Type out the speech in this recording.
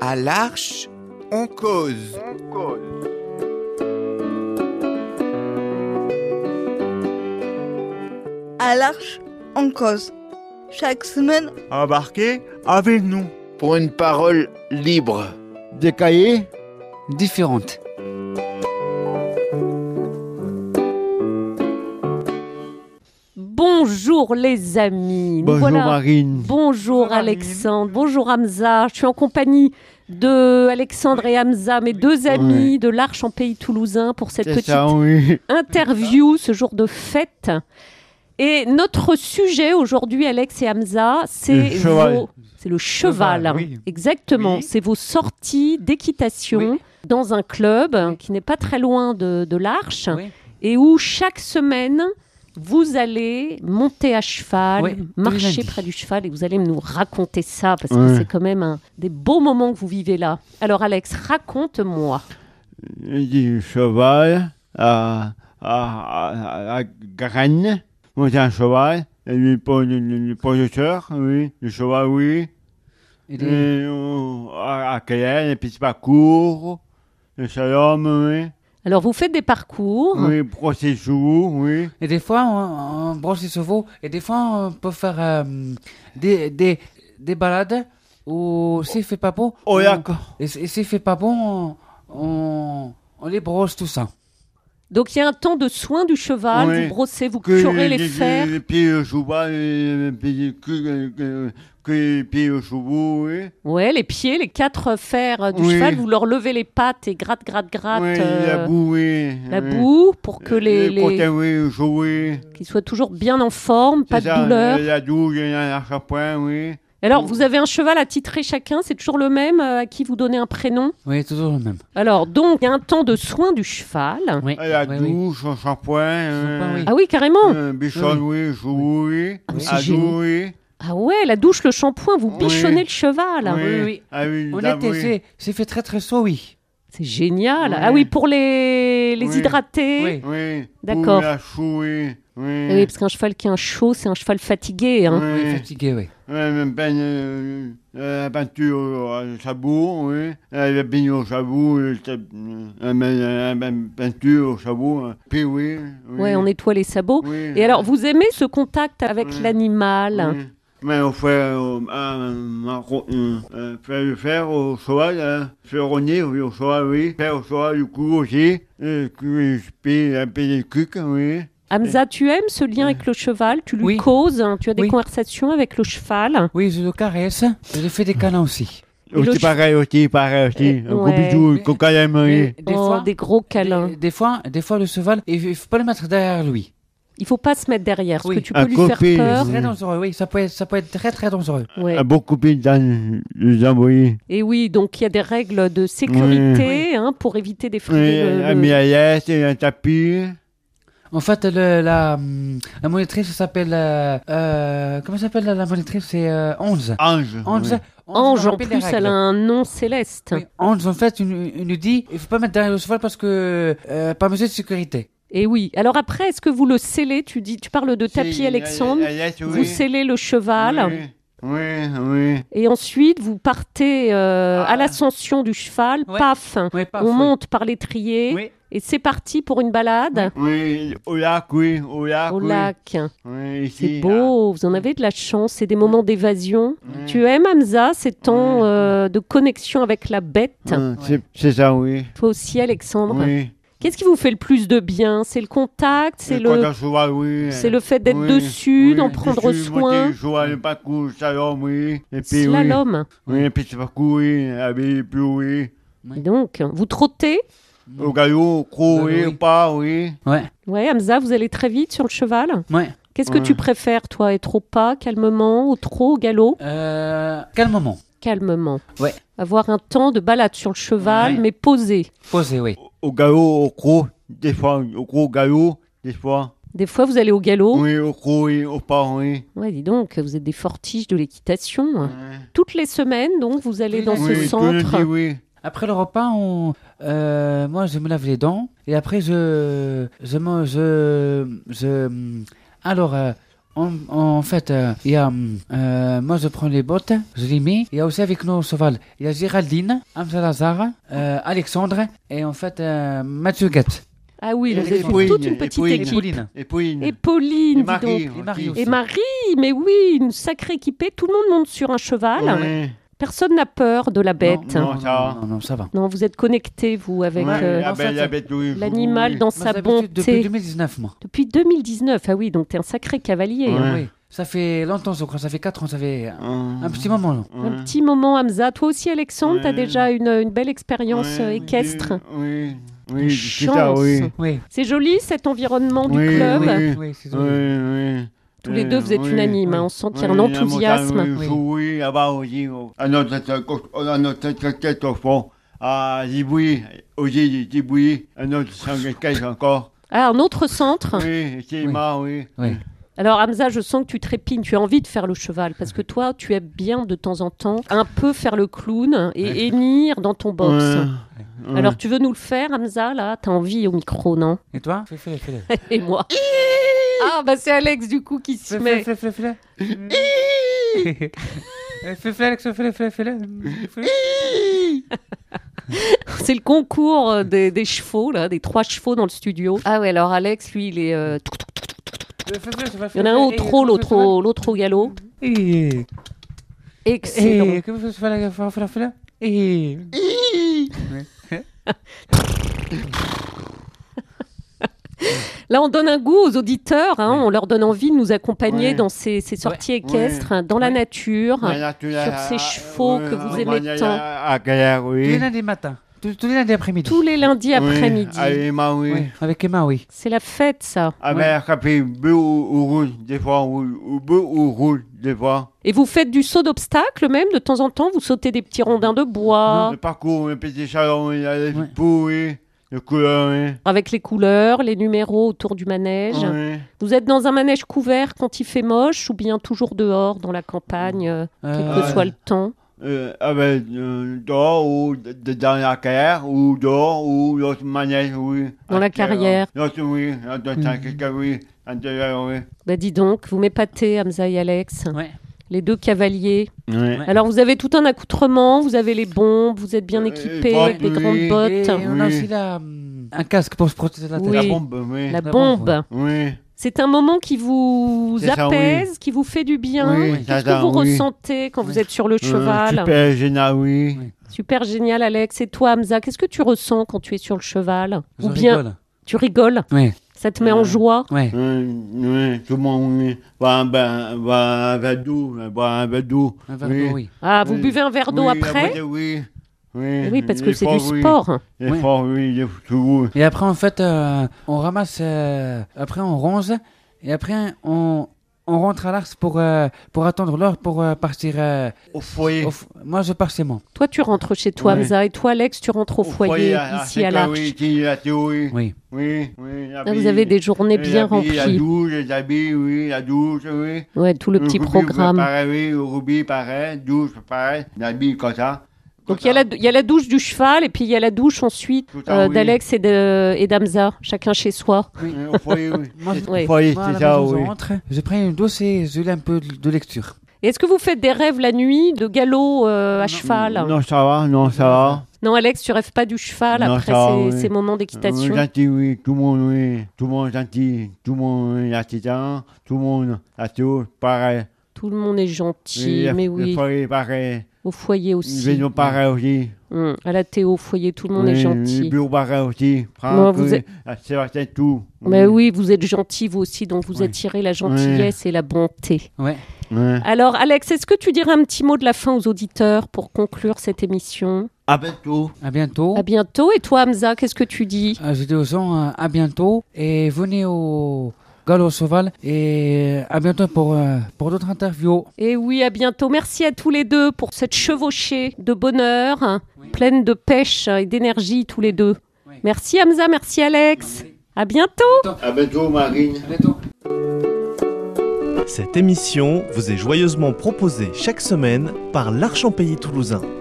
À l'arche, on cause. à l'Arche en cause. Chaque semaine, Embarquez avec nous. pour une parole libre. Des cahiers différentes. Bonjour les amis. Nous Bonjour voilà. Marine. Bonjour Bonjour, Amine. Alexandre, bonjour Hamza. Je suis en compagnie de Alexandre et Hamza, mes deux amis de l'Arche en Pays Toulousain pour cette C'est petite ça, oui. interview ce jour de fête. Et notre sujet aujourd'hui, Alex et Hamza, c'est Le cheval. vos- c'est le cheval. Cheval, oui. Exactement. Oui. C'est vos sorties d'équitation dans un club qui n'est pas très loin de, de l'Arche Oui. et où chaque semaine. Vous allez monter à cheval, Oui, tous les marcher lundis. près du cheval et vous allez nous raconter ça parce que Ouais. c'est quand même un des beaux moments que vous vivez là. Alors Alex, raconte-moi. Du cheval à, à, à, à, à graine. Monter un cheval. Et lui, pour le, le, le projecteur, oui. Le cheval, oui. Il Hmm. est- Et euh, à, à Cayenne, et puis c'est parcours. Le slalom, oui. Alors vous faites des parcours. Oui, processus, oui. Et des fois, on, on brosse les chevaux. Et des fois, on peut faire euh, des, des, des balades où s'il fait pas beau. Oh, Au on- lac. Et, s- et s'il fait pas bon, on, on, on les brosse tout ça. Donc il y a un temps de soin du cheval, Oui. vous brossez, vous curez les fers. Les pieds au cheval, les pieds que- que- que les pieds au cheval, oui. Ouais, les pieds, les quatre fers euh, du Oui. cheval, vous leur levez les pattes et gratte, gratte, gratte oui, euh, la boue, oui. la oui. Euh, boue pour que les, Les les- potins, oui, le chaud, oui. qu'ils soient toujours bien en forme, pas C'est ça, de douleur. La douche, la shampoing, oui. Alors vous avez un cheval attitré chacun, c'est toujours le même euh, à qui vous donnez un prénom. Oui, toujours le même. Alors donc il y a un temps de soin du cheval. Ah, Oui, La oui, oui. douche, le Shampoing, shampoing. oui. Ah oui carrément. Bichon, oui, le chaud, oui. Ah, mais c'est La génial. douche, oui. Ah ouais, la douche, le shampoing, vous Oui. bichonnez le cheval. oui, oui. Ah oui, On la était, oui. c'est- c'est fait très très chaud, oui. C'est génial. Oui. Ah oui pour les les Oui. hydrater. Oui. Oui. D'accord. Ou La chou, oui. Oui. Eh Oui, parce qu'un cheval qui a un chaud, c'est un cheval fatigué. hein. On Hmm. est oui. fatigué, oui. Ouais, même ben, euh, euh, la peinture au sabot, oui. Euh, La peigne au sabot, le sab- euh, la- la- la peinture au sabot. euh. Puis oui. oui. Ouais, on nettoie les sabots. Oui. Et alors, vous aimez ce contact avec Oui. l'animal Oui. Mais on fait euh, un- un- un- euh, faire le fer au cheval, hein. ferronnier, oui, au cheval, oui. Faire au cheval du cou aussi, euh, que je paye un peu des cucs, oui. Hamza, tu aimes ce lien avec le cheval Tu lui Oui. causes hein, Tu as des Oui. conversations avec le cheval Oui, je le caresse. Je lui fais des câlins aussi. le Aussi che- pareil, aussi pareil, aussi. Un gros Euh, ouais. bisou, Mais- qu'on calme, oui. Et des, Oh, fois, des gros câlins. des- des fois, des fois, le cheval, il ne faut pas le mettre derrière lui. Il faut pas se mettre derrière, parce Oui. que tu peux Un lui copine. faire C'est Mm. très dangereux, oui. Ça peut être, ça peut être très très dangereux. peur. Ouais. Un bon coupé dans les envoyés. Et oui, donc il y a des règles de sécurité hein, pour éviter des Oui, ah, frais. de- un de- miaillette et un tapis. En fait, le- la, hum, la monitrice elle s'appelle. euh, euh, comment s'appelle la, la monitrice C'est euh, Ange. Ange. Ange. oui. Ah, Ange, en rappelle les plus, elle règles. a un nom céleste. Oui, Ange, en fait, il, il nous dit il faut pas mettre derrière le cheval parce que. euh, par mesure de sécurité. Et oui. Alors après, est-ce que vous le scellez Tu dis, tu parles de Si, tapis, la- Alexandre. la miaillette, Vous oui. scellez le cheval. Oui, oui. oui. Et ensuite, vous partez euh, Ah. à l'ascension du cheval, Ouais. paf, Oui, pas on fou. monte par l'étrier Oui. et c'est parti pour une balade Oui, au lac, oui, au lac. au oui. ah. lac. Oui, ici, C'est beau, vous en avez de la chance, c'est des moments d'évasion. là. Tu aimes Hamza ces temps Mm. euh, de connexion avec la bête Hein, c'est- C'est ça, oui. Toi aussi, Alexandre. Oui. Qu'est-ce qui vous fait le plus de bien C'est le contact, c'est Quand le, on se voit, oui. c'est le fait d'être Oui, dessus, oui, d'en dessus, prendre monter soin. le cheval, le parcours, le slalom, E oui. Et puis, oui. Slalom. Oui, et puis c'est parcours, oui. Et puis, et puis, oui. Et Donc, vous trottez. Au galop, au croc, Oui, Mm. Bah, oui, oui. au pas, Ouais, oui. Ouais, Hamza, vous allez très vite sur le cheval. ouais. Qu'est-ce que tu Ouais. préfères, toi Être au pas, calmement, au trot, au galop Euh, quel moment Calmement. Ouais. Avoir un temps de balade sur le cheval, Ouais. mais posé. Posé, oui. Au galop, au croc, des fois, au croc, au galop, des fois. Des fois, vous allez au galop. Oui, au croc, oui, au pas, oui. Ouais, dis donc, vous êtes des fortiches de l'équitation. hein. Ouais. Toutes les semaines, donc, vous allez dans oui, ce tout le centre. dit, oui. Après le repas, on, euh, moi je me lave les dents et après je, je, mange- je, je- alors euh, En, en fait, euh, il y a, hum, euh, moi je prends les bottes, je les mets. Il y a aussi avec nous au cheval, il y a Géraldine, Amsalazar, euh, Alexandre et en fait euh, Mathieu Guette. Ah oui, Et vous êtes Pauline, toute une et petite Pauline. Et équipe. Pauline. Et Pauline. Et Pauline, dis donc. aussi. Et Marie aussi. Et Marie, mais oui, une sacrée équipée. Tout le monde monte sur un cheval. Ouais. Personne n'a peur de la bête. Non, Non, Non, ça va. non, non, ça va. vous êtes connectés, vous, avec Ouais, euh, la en fait, belle- la bête louise. l'animal dans Moi, sa j'ai l'habitude Depuis bonté. 2019, moi. Depuis 2019, ah oui, donc t'es un sacré cavalier. Ouais. hein. Oui. Ça fait longtemps, je crois. Ça fait 4 ans, ça fait euh, Un un petit moment. non. Ah. Ouais. Un petit moment, Hamza. Toi aussi, Alexandre, Ouais. t'as déjà une, une belle expérience Ouais, euh, équestre. Oui, Une oui, oui, c'est ça, chance. oui. Oui. C'est joli cet environnement du Oui, club. oui, Oui, oui, c'est Oui, joli. oui. Tous les deux, vous êtes Oui, unanimes. oui. hein. On sent qu'il y oui, a un la enthousiasme. montagne, Oui, oui, là-bas aussi. oh. À notre tête, on a notre tête, tête au fond. À Dibouy, au Gilles Dibouy, à notre 115 encore. Ah, un autre centre. Oui, c'est marrant, oui. Oui. Alors Hamza, je sens que tu trépignes, tu as envie de faire le cheval, parce que toi, tu aimes bien de temps en temps un peu faire le clown et hennir dans ton box. Ouais, ouais. Alors tu veux nous le faire, Hamza, là T'as envie au micro, non Et toi Fais- Fais-le, fais-le. Et moi Ah, bah c'est Alex du coup qui se Fais- met. Fais-le, fais-le, fais-le. Eh, Fais-le, Alex, fais-le, fais-le, fais-le. Fais-le. C'est le concours euh, des, des chevaux, là, des trois chevaux dans le studio. Ah ouais, alors Alex, lui, il est... euh, touc, touc, touc, touc. Il y en a un au trot, l'autre au, l'autre au galop. Eh, Excellent. eh, comment ça se fait, là, fais-le, fais-le, fais-le. Eh. Là, on donne un goût aux auditeurs, hein, on leur donne envie de nous accompagner Ouais. dans ces, ces sorties équestres, hein, dans la Ouais. nature. Voilà, tu l'as- sur ces chevaux que vous on aimez va y aller tant. À, à Galère, Tous oui. les lundis matins, tous tous les lundis après-midi. Tous les lundis Oui, après-midi. À Emma, oui. Oui, avec Emma, oui. C'est la fête, ça. Avec un café bleu ou, ou rouge, des fois, ou, ou bleu ou rouge, des fois. Et vous faites du saut d'obstacle même de temps en temps Vous sautez des petits rondins de bois Le parcours, le petit chalon, il y a les Ouais. poux, oui. Le couleur, oui. avec les couleurs, les numéros autour du manège. Oui. Vous êtes dans un manège couvert quand il fait moche ou bien toujours dehors dans la campagne, euh, quel Euh, que soit le temps euh, avec euh, dehors ou d- d- dans la carrière ou dehors ou l'autre manège, oui. Dans la carrière. L'autre, oui. L'autre, Mm. quelqu'un, oui. En dehors, oui. Bah dis donc, vous m'épatez, Hamza et Alex, Ouais. les deux cavaliers. Ouais. Ouais. Alors vous avez tout un accoutrement, vous avez les bombes, vous êtes bien Euh, équipés bottes, avec des oui. grandes Et euh, bottes, on a Oui. aussi la, hum, un casque pour se protéger de la tête. Oui. La bombe, oui. La la bombe, bombe. Oui. C'est un moment qui vous C'est ça, apaise, qui vous fait du bien. Oui, Qu'est-ce ça, que vous oui. ressentez quand vous êtes sur le Euh, cheval super Géna, oui. Oui. Super génial, Alex. Et toi, Hamza, qu'est-ce que tu ressens quand tu es sur le cheval Je Ou bien rigole. tu rigoles Ouais, Ça te met en Euh, joie ouais. Oui, oui, tout le monde, oui. Bah, bah, bah, un verre d'eau, bah, un verre d'eau. Un verre d'eau, oui. Ah, vous oui. buvez un verre d'eau Oui, après Eh Oui, oui. Oui, parce que c'est L'effort, du oui. sport. L'effort, oui, il est tout. Et après, en fait, euh, on ramasse, euh, après on ronge, et après on, on rentre à l'arche pour, euh, pour attendre l'heure pour euh, partir. euh, Au foyer. au f- Moi, je pars chez moi. Toi, tu rentres chez toi, Oui. Hamza, et toi, Alex, tu rentres au, foyer, ici à l'arche. l'Arche. ah, Oui, qui est la théorie. Oui. Oui, oui. la Là, Ah, vous bille, avez des journées la bien bille, La remplies. douche, les habits, oui, la douche, oui. Ouais, tout le petit rubis, programme. Pareil, oui, le rubis, pareil, douche, pareil, l'habit, comme ça. Comme Donc il y, a la ça. dou- il y a la douche du cheval et puis il y a la douche ensuite Tout à euh, oui. d'Alex et de- et d'Hamza, chacun chez soi. Oui, Au foyer, oui. Moi, je, Ouais. Au foyer, moi, à la c'est ça, maison, oui. je rentre, je prends une douce et je lis un peu de de lecture. Et Est-ce que vous faites des rêves la nuit de galop euh, à cheval non. Non, ça va, non, ça va. Alex, tu rêves pas du cheval Non, après ça, ces, oui. ces moments Euh, d'équitation gentil, oui, tout le monde, oui. Tout le monde gentil, tout le monde, oui, la titan, tout le monde, la théorie, pareil. Tout le monde est gentil, Oui, la- mais Le oui, foyer, pareil. au foyer Les aussi. vélos, pareil aussi. Hum, À la Théo, au foyer, tout le monde est Oui, gentil. Les bureaux, pareil aussi. Non, Franck, vous oui, êtes- Ben la Sébastien, tout. Mais oui, vous êtes gentil, vous aussi, donc vous Oui. attirez la gentillesse et la bonté. Ouais. Ouais. Alors, Alex, est-ce que tu dirais un petit mot de la fin aux auditeurs pour conclure cette émission À bientôt. À bientôt. À bientôt. Et toi, Hamza, qu'est-ce que tu dis Euh, Je dis aux gens euh, à bientôt et venez au Galop Cheval et à bientôt pour, euh, pour d'autres interviews. Et oui, à bientôt. Merci à tous les deux pour cette chevauchée de bonheur, hein, pleine de pêche et d'énergie tous les deux. Oui. Merci Hamza, merci Alex. À bientôt. À bientôt, Marine. À bientôt. Cette émission vous est joyeusement proposée chaque semaine par l'Archempéie toulousain.